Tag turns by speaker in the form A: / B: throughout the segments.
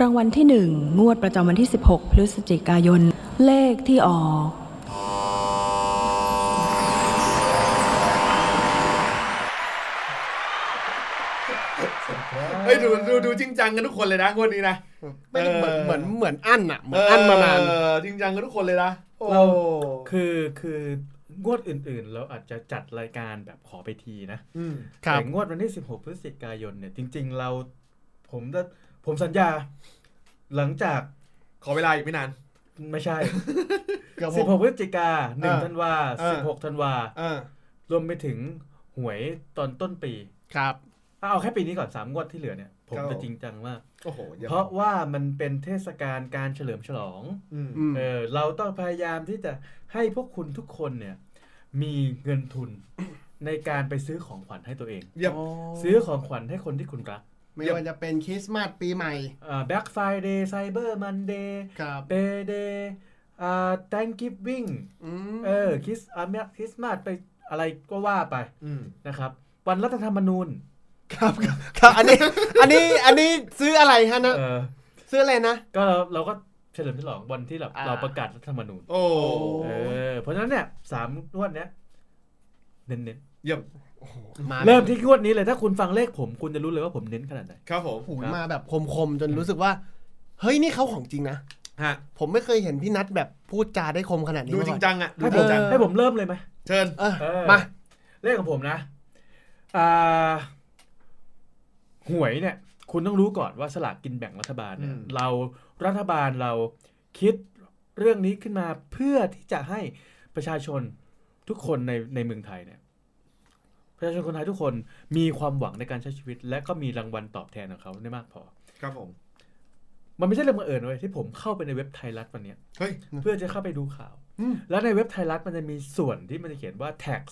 A: รางวัลที่ 1 งวดประจำวันที่ 16 พฤศจิกายน เลขที่ออก
B: เฮ้ยดูดูดูจริงจังกันทุกคนเลยนะงวดนี้นะ
C: ไม่ได้เหมือน
B: เออ
C: เหมือนเหมือนอั้นอ่ะเหมือนอั้นมานาน
B: เออจริงจังกันทุกคนเลยนะโอ้
D: เรา คือคืองวดอื่นๆ เราอาจจะจัดรายการแบบขอไปทีนะ
B: อืม
C: ครับ
D: แต่งวดวันที่ 16 พฤศจิกายนเนี่ย จริงๆเราผมจะผมสัญญา หลังจาก
B: ขอเวลาอีกไม่นาน
D: ไม่ใช่
C: เกือบหก
D: 16 พฤศจิกา
C: เออ
D: 1ธันวา
B: เออ
D: 16ธันวา
B: เออ
D: รวมไปถึงหวยตอนต้นปี
C: ครับ
D: อ่ะเอาแค่ปีนี้ก่อน 3 งวดที่เหลือเนี่ย ผม
B: ครับ
D: จะจริงจังมาก
B: โอ้โหยอม
D: เพราะว่ามันเป็นเทศกาลการเฉลิมฉลอง
B: อืม
C: อืม
D: เออเราต้องพยายามที่จะให้พวกคุณทุกคนเนี่ย มีเงินทุน ในการไปซื้อของขวัญให้ตัวเอง
B: เยี่ยม
C: โอ้
D: ซื้อของขวัญให้คนที่คุณรัก
C: ไม่ว่าจะเป็นคริสต์มาสปีใหม่
D: แบ็กไฟเดย์ไซเบอร์มันเดย์
C: ครับ
D: เบเดย์อ่าแตงกิฟวิ่ง
C: อืม
D: เออคริสอ่าคริสต์มาสไปอะไรก็ว่าไป
B: อืม
D: นะครับ วันรัฐธรรมนูญ
C: ครับครับครับอันนี้ อันนี้อันนี้ซื้ออะไรฮะนะ
D: เออ
C: ซื้ออะไรนะ
D: ก็เราเราก็เฉลิมฉลองวันที่แบบ
C: อ่า
D: เราประกาศรัฐธรรมนูญ
B: โอ้
C: โอ้
D: เออเพราะฉะนั้นเนี่ยสามงวดเนี้ยเน้นๆ
B: เยี่ยม
C: มา
D: เริ่มที่งวดนี้เลยถ้าคุณฟังเลขผมคุณจะรู้เลยว่าผมเน้นขนาดไหน
B: ครับผม
C: โอ้โห
D: ครับ
C: มาแบบคมๆ จนรู้สึกว่า เฮ้ยนี่เขาของจริงนะ
B: ฮะ
C: ผมไม่เคยเห็นพี่นัทแบบพูดจาได้คมขนาดนี้
B: ดู
C: มา
B: จ
C: ก่
B: ริ
C: อน
B: งจังอ่ะดู
D: ให้
B: จ
D: ผ
B: ริ
D: ม
B: งจัง
C: ออ
D: ให้ผมเริ่มเลยไหม
B: เชิญ
C: เออ
D: เออ
C: มา
D: เลขของผมนะอ่าหวยเนี่ย คุณต้องรู้ก่อนว่าสลากกินแบ่งรัฐบาลเนี่ยเรารัฐบาลเราคิดเรื่องนี้ขึ้นมาเพื่อที่จะให้ประชาชนทุกคนในในเมืองไทยเนี่ย ประชาชนคนไทยทุกคนมีความหวังในการใช้ชีวิต และก็มีรางวัลตอบแทนของเขาได้มากพอ
B: ครับผม
D: มันไม่ใช่เรื่องบังเอิญเว้ยที่ผมเข้าไปในเว็บไทยรัฐวันเนี้ย
B: เฮ้ย
D: เพื่อจะเข้าไปดูข่าว
C: อืม
D: แล้วในเว็บไทยรัฐมันจะมีส่วนที่มันจะเขียนว่า tax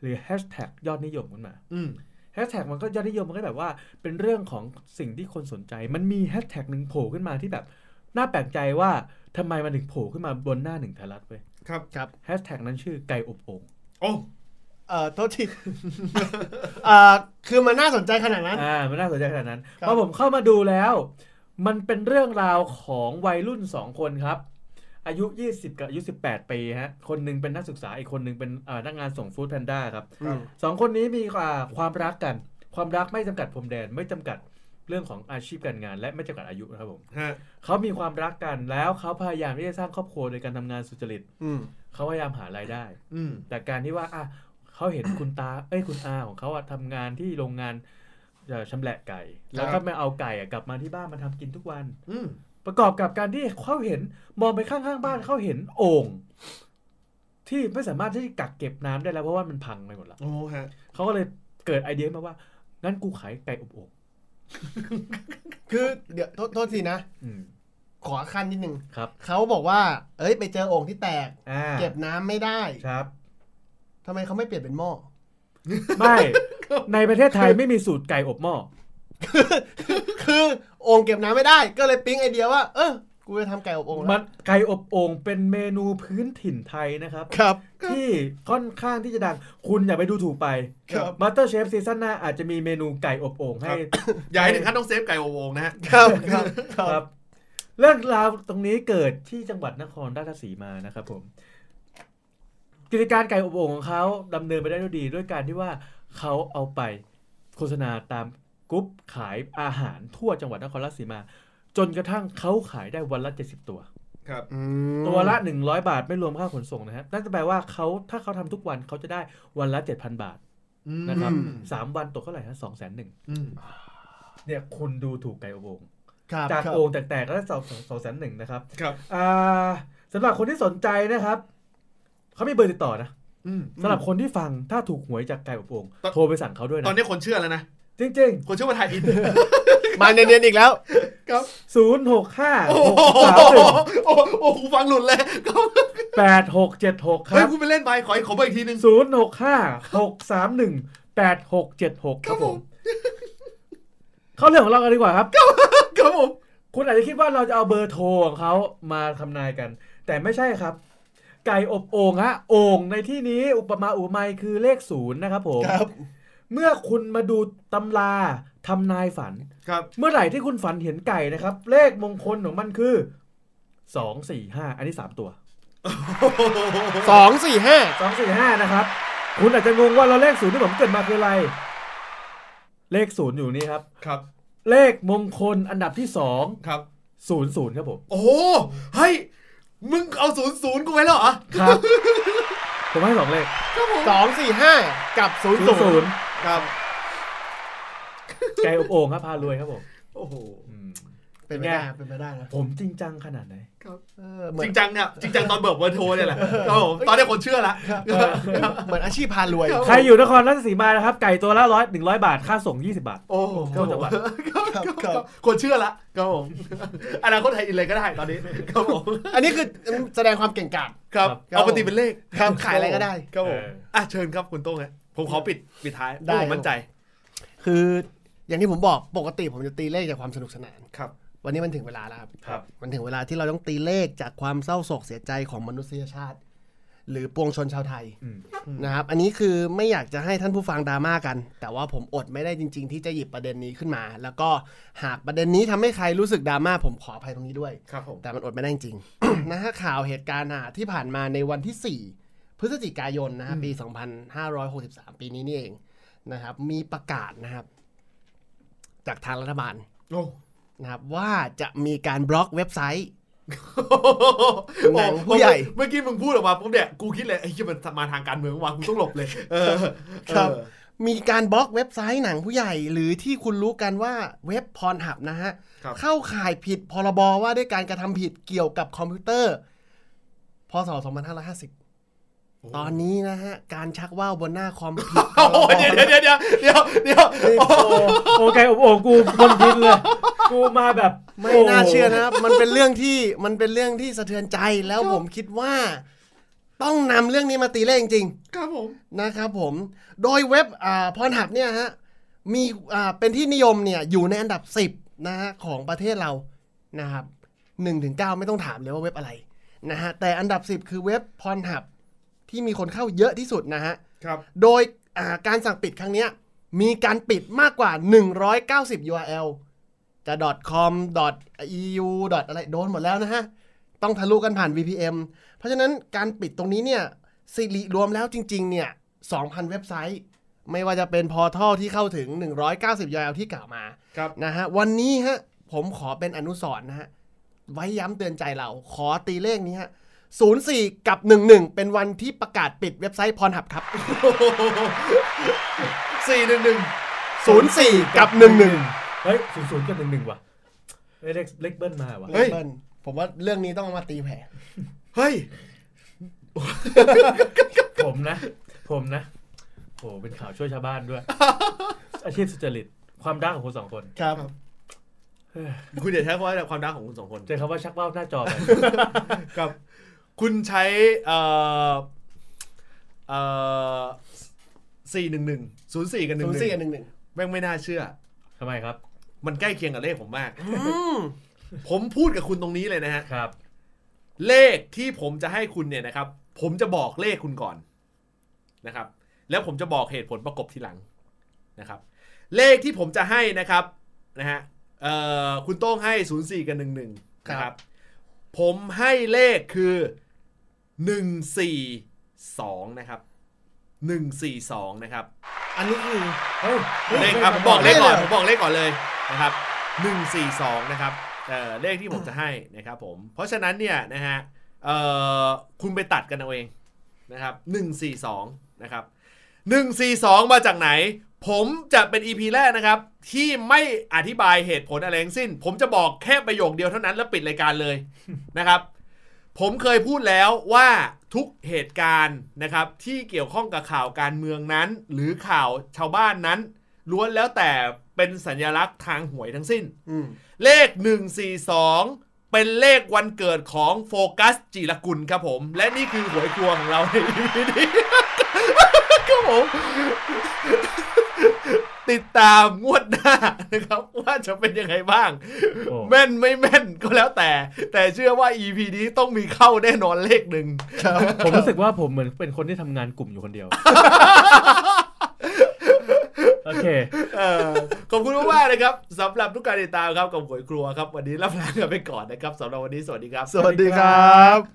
D: หรือ hashtag ยอดนิยมขึ้นมา
B: อืม
D: hashtag มันก็ยอดนิยมมันก็แบบว่า เป็นเรื่องของสิ่งที่คนสนใจ มันมี hashtag หนึ่งโผล่ขึ้นมาที่แบบ น่าแปลกใจว่าทำไมมันถึงโผล่ขึ้นมาบนหน้าหนึ่งไทยรัฐเว้ย
B: ครับ
C: ครับ
D: hashtag นั้นชื่อไก่อบโอ่ง
B: โอ้
C: เอ่อโทษที เอ่อคือมันน่าสนใจขนาดนั้น
D: อ่า มันน่าสนใจขนาดนั้น
C: ครับ
D: พอผมเข้ามาดูแล้ว มันเป็นเรื่องราวของวัยรุ่นสองคนครับ อายุ 20 กับอายุ 18 ปีฮะ คนหนึ่งเป็นนักศึกษา อีกคนหนึ่งเป็นเอ่อพนักงานส่งฟู้ดแพนด้าครับ
B: ครับ
D: สองคนนี้มีอ่าความรักกัน ความรักไม่จำกัดพรมแดน ไม่จำกัดเรื่องของอาชีพการงาน และไม่จำกัดอายุนะครับผม
B: ฮะ
D: เขามีความรักกันแล้วเขาพยายามที่จะสร้างครอบครัวโดยการทำงานสุจริต
C: อืม
D: เขาพยายามหารายได้
B: อืม
D: แต่การที่ว่าอ่ะเขาเห็น คุณตาเอ้ยคุณอาของเขาอะทำงานที่โรงงานเอ่อชำแหละไก่ แล้วก็มาเอาไก่อะกลับมาที่บ้านมาทำกินทุกวัน
B: อืม
D: ประกอบกับการที่เขาเห็นมองไปข้างๆบ้านเขาเห็นโอ่งที่ไม่สามารถที่จะกักเก็บน้ำได้แล้วเพราะว่ามันพังไปหมดละ
B: โอ้ฮะ
D: เขาก็เลยเกิดไอเดียมาว่า งั้นกูขายไก่อบโอ่ง
C: คือเดี๋ยวโทษโทษทีนะ
D: อืม
C: ขอขั้นนิดนึง
D: ครับ
C: เขาบอกว่า เอ้ยไปเจอโอ่งที่แตก
D: อ่า
C: เก็บน้ำไม่ได้
D: ครับ
C: ทำไมเขาไม่เปลี่ยนเป็นหม้อ
D: ไม่ ในประเทศไทยไม่มีสูตรไก่อบหม้อ
C: คือโอ่งเก็บน้ำไม่ได้ ก็เลยปิ๊งไอเดียว่า เออกูจะทำไก่อบโอ่ง
D: มั
C: แล้ว
D: นไก่อบโอ่งเป็นเมนูพื้นถิ่นไทยนะครับ
C: ครับ
D: ที่ค่อนข้างที่จะดัง คุณอย่าไปดูถูกไป
C: ครับ
D: มาสเตอร์เชฟซีซั่นหน้าอาจจะมีเมนูไก่อบโอ่งให้
B: อย่าให้ถึงขั้นต้องเซฟไก่โอวงนะฮะ
C: ครับครับค
D: ค
C: รั
D: รับ บ เรื่องราวตรงนี้เกิดที่จังหวัดนครราชสีมานะครับผม กิจการไก่อบโอ่งของเขาดำเนินไปได้ด้วยดีด้วยการที่ว่าเขาเอาไปโฆษณาตามกรุ๊ปขายอาหารทั่วจังหวัดนครราชสีมา จนกระทั่งเขาขายได้วันละ 70 ตัว
B: ครับ
C: อืม
D: ตัวละ 100 บาทไม่รวมค่าขนส่งนะครับนั่นจะแปลว่าเขาถ้าเขาทำทุกวันเขาจะได้วันละ 7,000 บาทนะครับสามวันตกเท่าไหร่ฮะสองแสนหนึ่ง
B: อืม
D: เนี่ยคุณดูถูกไก่อบโอ่ง
C: ครับ
D: จาก
C: ครับ
D: โอ่งแตกๆก็ได้สองสองแสนหนึ่งนะครับ
B: ครับ
D: อ่าสำหรับคนที่สนใจนะครับ เขามีเบอร์ติดต่อนะ
B: อืม
D: สำหรับคนที่ฟังถ้าถูกหวยจากไก่อบโอ่ง
B: ตอน
D: โทรไปสั่งเขาด้วย
B: ตอ
D: นะ
B: นนี้คนเชื่อแล้วนะ
D: จริง
B: คนเชื่อว่าไทยอิน
C: มาเนียนๆอีกแล้ว
D: ๆ 0 6 5
B: โอ้โห
D: 6 3
B: โอ้โหโอ้โหฟังหลุดเลย
D: 1 8 6 7 6 ค
B: เฮ้ย
D: รับ
B: พูดไปเล่นไปขออีกขอเบอร์อีกทีหนึ่ง
D: 0 6 5 6 3 1 8 6 7 6 ค
B: ครั
D: รับบ ผ
B: ผม ม
D: เข้าเรื่องของเรากันดีกว่าครับ
B: ครับผม
D: คุณอาจจะคิดว่าเราจะเอาเบอร์โทรของเขามาทำนายกัน แต่ไม่ใช่ครับ ไก่อบโอ่งฮะโอ่งในที่นี้อุปมาอุปไมยคือเลขศูนย์นะครับผม
C: ครับ
D: เมื่อคุณมาดูตำราทำนายฝัน
B: ครับ
D: เมื่อไหร่ที่คุณฝันเห็นไก่นะครับ เลขมงคลของมันคือสองสี่ห้าอันนี้สามตัว
C: สองสี่ห้า
D: สองสี่ห้านะครับ คุณอาจจะงงว่าเราเลขศูนย์ที่ผมเกิดมาคืออะไร เลขศูนย์อยู่นี่ครับ
B: ครับ
D: เลขมงคลอันดับที่สอง
B: ครับ
D: ศูนย์ศูนย์ครับผม
B: โอ้โหเฮ้ย มึงเอาศูนย์ศูนย์กูไว้แล้วเหรอ
D: ครับ ผมให้สองเลข
C: สองสี่ห้ากับศูนย์
D: ศูนย์
C: ศู
D: ศู
C: น
D: น
C: ย์
D: ย์
B: ครับ
D: ไก่อบโอ่งครับพารวยครับผม
B: โอ้โห
C: เป็นไปได้เป็นไปได้นะ
D: ผมจริงจังขนาดไหน
C: เออเหมือ
B: จ
C: น
B: ริงจังเนี่ย จริงจังตอนเบิกเบอร์โทรเนี่ยแหละครับผมตอนนี้คนเชื่อละ
C: เหมือนอาชีพพารวย
B: ครับ
D: ใครอยู่นครราชสีมานะครับ ไก่ตัวละร้อยหนึ่งร้อยบาท ค่าส่งยี่สิบาท
B: โอ้โห
D: เข้าจังหวัด
B: ครับ
C: ครับ
B: ครับ
C: ครับ
B: คนเชื่อละครับผมอนาคตไทยอินเลยก็ได้ตอนนี้ครับผม
C: อันนี้คือแสดงความเก่งกาจ
B: ครับ
C: ครับ
B: เอาปฏิเป็นเลข
C: ครับขายอะไรก็ได้
B: ครับผม
D: เออ
B: อ่ะเชิญครับคุณโต้งฮะผมขอปิดปิดท้าย
C: ได้
B: ผมมั่นใจ
C: คืออย่างที่ผมบอกปกติผมจะตีเลขจากความสนุกสนาน
B: ครับ
C: วันนี้มันถึงเวลาแล้วครับ
D: ครับ
C: มันถึงเวลาที่เราต้องตีเลขจากความเศร้าโศกเสียใจของมนุษยชาติ หรือปวงชนชาวไทย
D: อืม
C: นะครับ อันนี้คือไม่อยากจะให้ท่านผู้ฟังดราม่ากัน แต่ว่าผมอดไม่ได้จริง ๆ ที่จะหยิบประเด็นนี้ขึ้นมา แล้วก็หากประเด็นนี้ทำให้ใครรู้สึกดราม่าผมขออภัยตรงนี้ด้วย
B: ครับผม
C: แต่มันอดไม่ได้จริง นะฮะข่าวเหตุการณ์อ่ะที่ผ่านมาในวันที่ 4 พฤศจิกายนนะฮะปี 2563 ปีนี้นี่เองนะครับ มีประกาศนะครับ จากทางรัฐบาล
B: โอ้
C: นะครับว่าจะมีการบล็อกเว็บไซต์ หนัง
B: โอ้
C: ผู้ใหญ่
B: เมื่อกี้มึงพูดออกมาปุ๊บเนี่ยกูคิดเลยไอ้ที่มันมาทางการเมืองว่ะกูต้องหล บเลย เออ
C: ครับ
B: เออ
C: มีการบล็อกเว็บไซต์หนังผู้ใหญ่ หรือที่คุณรู้กันว่าเว็บพรหับนะฮะ
B: ครับ
C: เข้าข่ายผิดพรบว่าด้วยการกระทำผิดเกี่ยวกับคอมพิวเตอร์ พศ 2550 ตอนนี้นะฮะ การชักว่าวบนหน้าคอมผิดพ
B: โอ้โห
C: รบ
B: เดี๋ยวเดี๋ยวเดี๋ยวเดี๋ยวเดี๋ยว
D: โอ้โอไก่อบโอ่งกูบนดินเลย กูมาแบบ
C: ไม่
D: โ
C: น่าเชื่อนะครับ มันเป็นเรื่องที่มันเป็นเรื่องที่สะเทือนใจแล้วผมคิดว่า ต้องนำเรื่องนี้มาตีเลขจริง ๆ
B: ครับผม
C: นะครับผม โดยเว็บอ่าพรหับเนี่ยฮะ มีอ่าเป็นที่นิยมเนี่ยอยู่ในอันดับ 10นะฮะของประเทศเรานะครับ1ถึง9ไม่ต้องถามเลยว่าเว็บอะไรนะฮะแต่อันดับ 10 คือเว็บพรหับที่มีคนเข้าเยอะที่สุดนะฮะ
B: ครับ
C: โดยอ่าการสั่งปิดครั้งเนี้ยมีการปิดมากกว่า 190 URL จะ .com .eu อะไรโดนหมดแล้วนะฮะ ต้องทะลุกันผ่าน VPN เพราะฉะนั้นการปิดตรงนี้เนี่ยสิริรวมแล้วจริง ๆ เนี่ย 2,000 เว็บไซต์ ไม่ว่าจะเป็นพอท่อที่เข้าถึง 190 URL ที่กล่าวมา
B: ครับ
C: นะฮะ วันนี้ฮะ ผมขอเป็นอนุสรณ์นะฮะ ไว้ย้ำเตือนใจเรา ขอตีเลขนี้ฮะ 04 กับ 11 เป็นวันที่ประกาศปิดเว็บไซต์พรหับครับ
B: สี่หนึ่งหนึ่ง
C: 04 กับ
D: เฮ้ยศูนย์ศูนย์กับหนึ่งหนึ่งว่ะเฮ้ยเลขเลขเบิ้ลมาว่ะ
C: 11เฮ้ยผมว่าเรื่องนี้ต้องเอามาตีแผ่
B: เฮ้ย
D: ผมนะ ผมนะโอ้เป็นข่าวช่วยชาวบ้านด้วย อาชีพสุจริต ความดังของคนสองคน
C: ครับ
B: คุณอย่าใช้คำว่าความดังของคุณสองคน
D: เจอคำว่าชักว่าวหน้าจอไป
B: ครับ คุณใช้เอ่อเอ่อสี่หนึ่งหนึ่งศูนย์สี่กับหนึ่งห
C: 04 กับ
B: นึ่ง
C: 11
B: แม่งไม่น่าเชื่อ
D: ทำไมครับ
B: มันใกล้เคียงกับเลขผมมาก
C: อืม
B: ผมพูดกับคุณตรงนี้เลยนะฮะ
D: ครับ
B: เลขที่ผมจะให้คุณเนี่ยนะครับ ผมจะบอกเลขคุณก่อนนะครับ แล้วผมจะบอกเหตุผลประกบทีหลังนะครับ เลขที่ผมจะให้นะครับนะฮะเอ่อคุณโต้องให้ 0 4 กับ 1 1นะค
C: ครั
B: รับ
C: บ
B: ผมให้เลขคือ 1 4 2 นะครับ 1 4 2 นะครับ
C: อันนี้คือ
D: เฮ้ย
B: เลขอ่ะผมบอกเลขก่อนผมบอกเลขก่อนเลยนะครับหนึ่งสี่สองนะครับเอ่อเลขที่ผมจะให้นะครับผม เพราะฉะนั้นเนี่ยนะฮะเอ่อคุณไปตัดกันเอาเองนะครับหนึ่งสี่สองนะครับหนึ่งสี่สองมาจากไหน ผมจะเป็น EP แรกนะครับ ที่ไม่อธิบายเหตุผลอะไรทั้งสิ้น ผมจะบอกแค่ประโยคเดียวเท่านั้นแล้วปิดรายการเลย นะครับ ผมเคยพูดแล้วว่าทุกเหตุการณ์นะครับ ที่เกี่ยวข้องกับข่าวการเมืองนั้น หรือข่าวชาวบ้านนั้น ล้วนแล้วแต่เป็นสัญลักษณ์ทางหวยทั้งสิ้น
C: อืม
B: เลข 142 เป็นเลขวันเกิดของโฟกัสจิรกุลครับผม และนี่คือหวยครัวของเราในวันนี้ครับผมติดตามงวดหน้านะครับ ว่าจะเป็นยังไงบ้าง
D: โอ้
B: แม่นไม่แม่นก็แล้วแต่ แต่เชื่อว่า EP นี้ต้องมีเข้าแน่นอนเลขหนึ่ง
D: ผมรู้สึกว่าผมเหมือนเป็นคนที่ทำงานกลุ่มอยู่คนเดียว โอเค
B: เออขอบคุณมากๆนะครับสำหรับทุกการติดตามครับกับหวยครัวครับ วันนี้ลาลากันไปก่อนนะครับสำหรับวันนี้สวัสดีครับ
C: สวัสดีครับ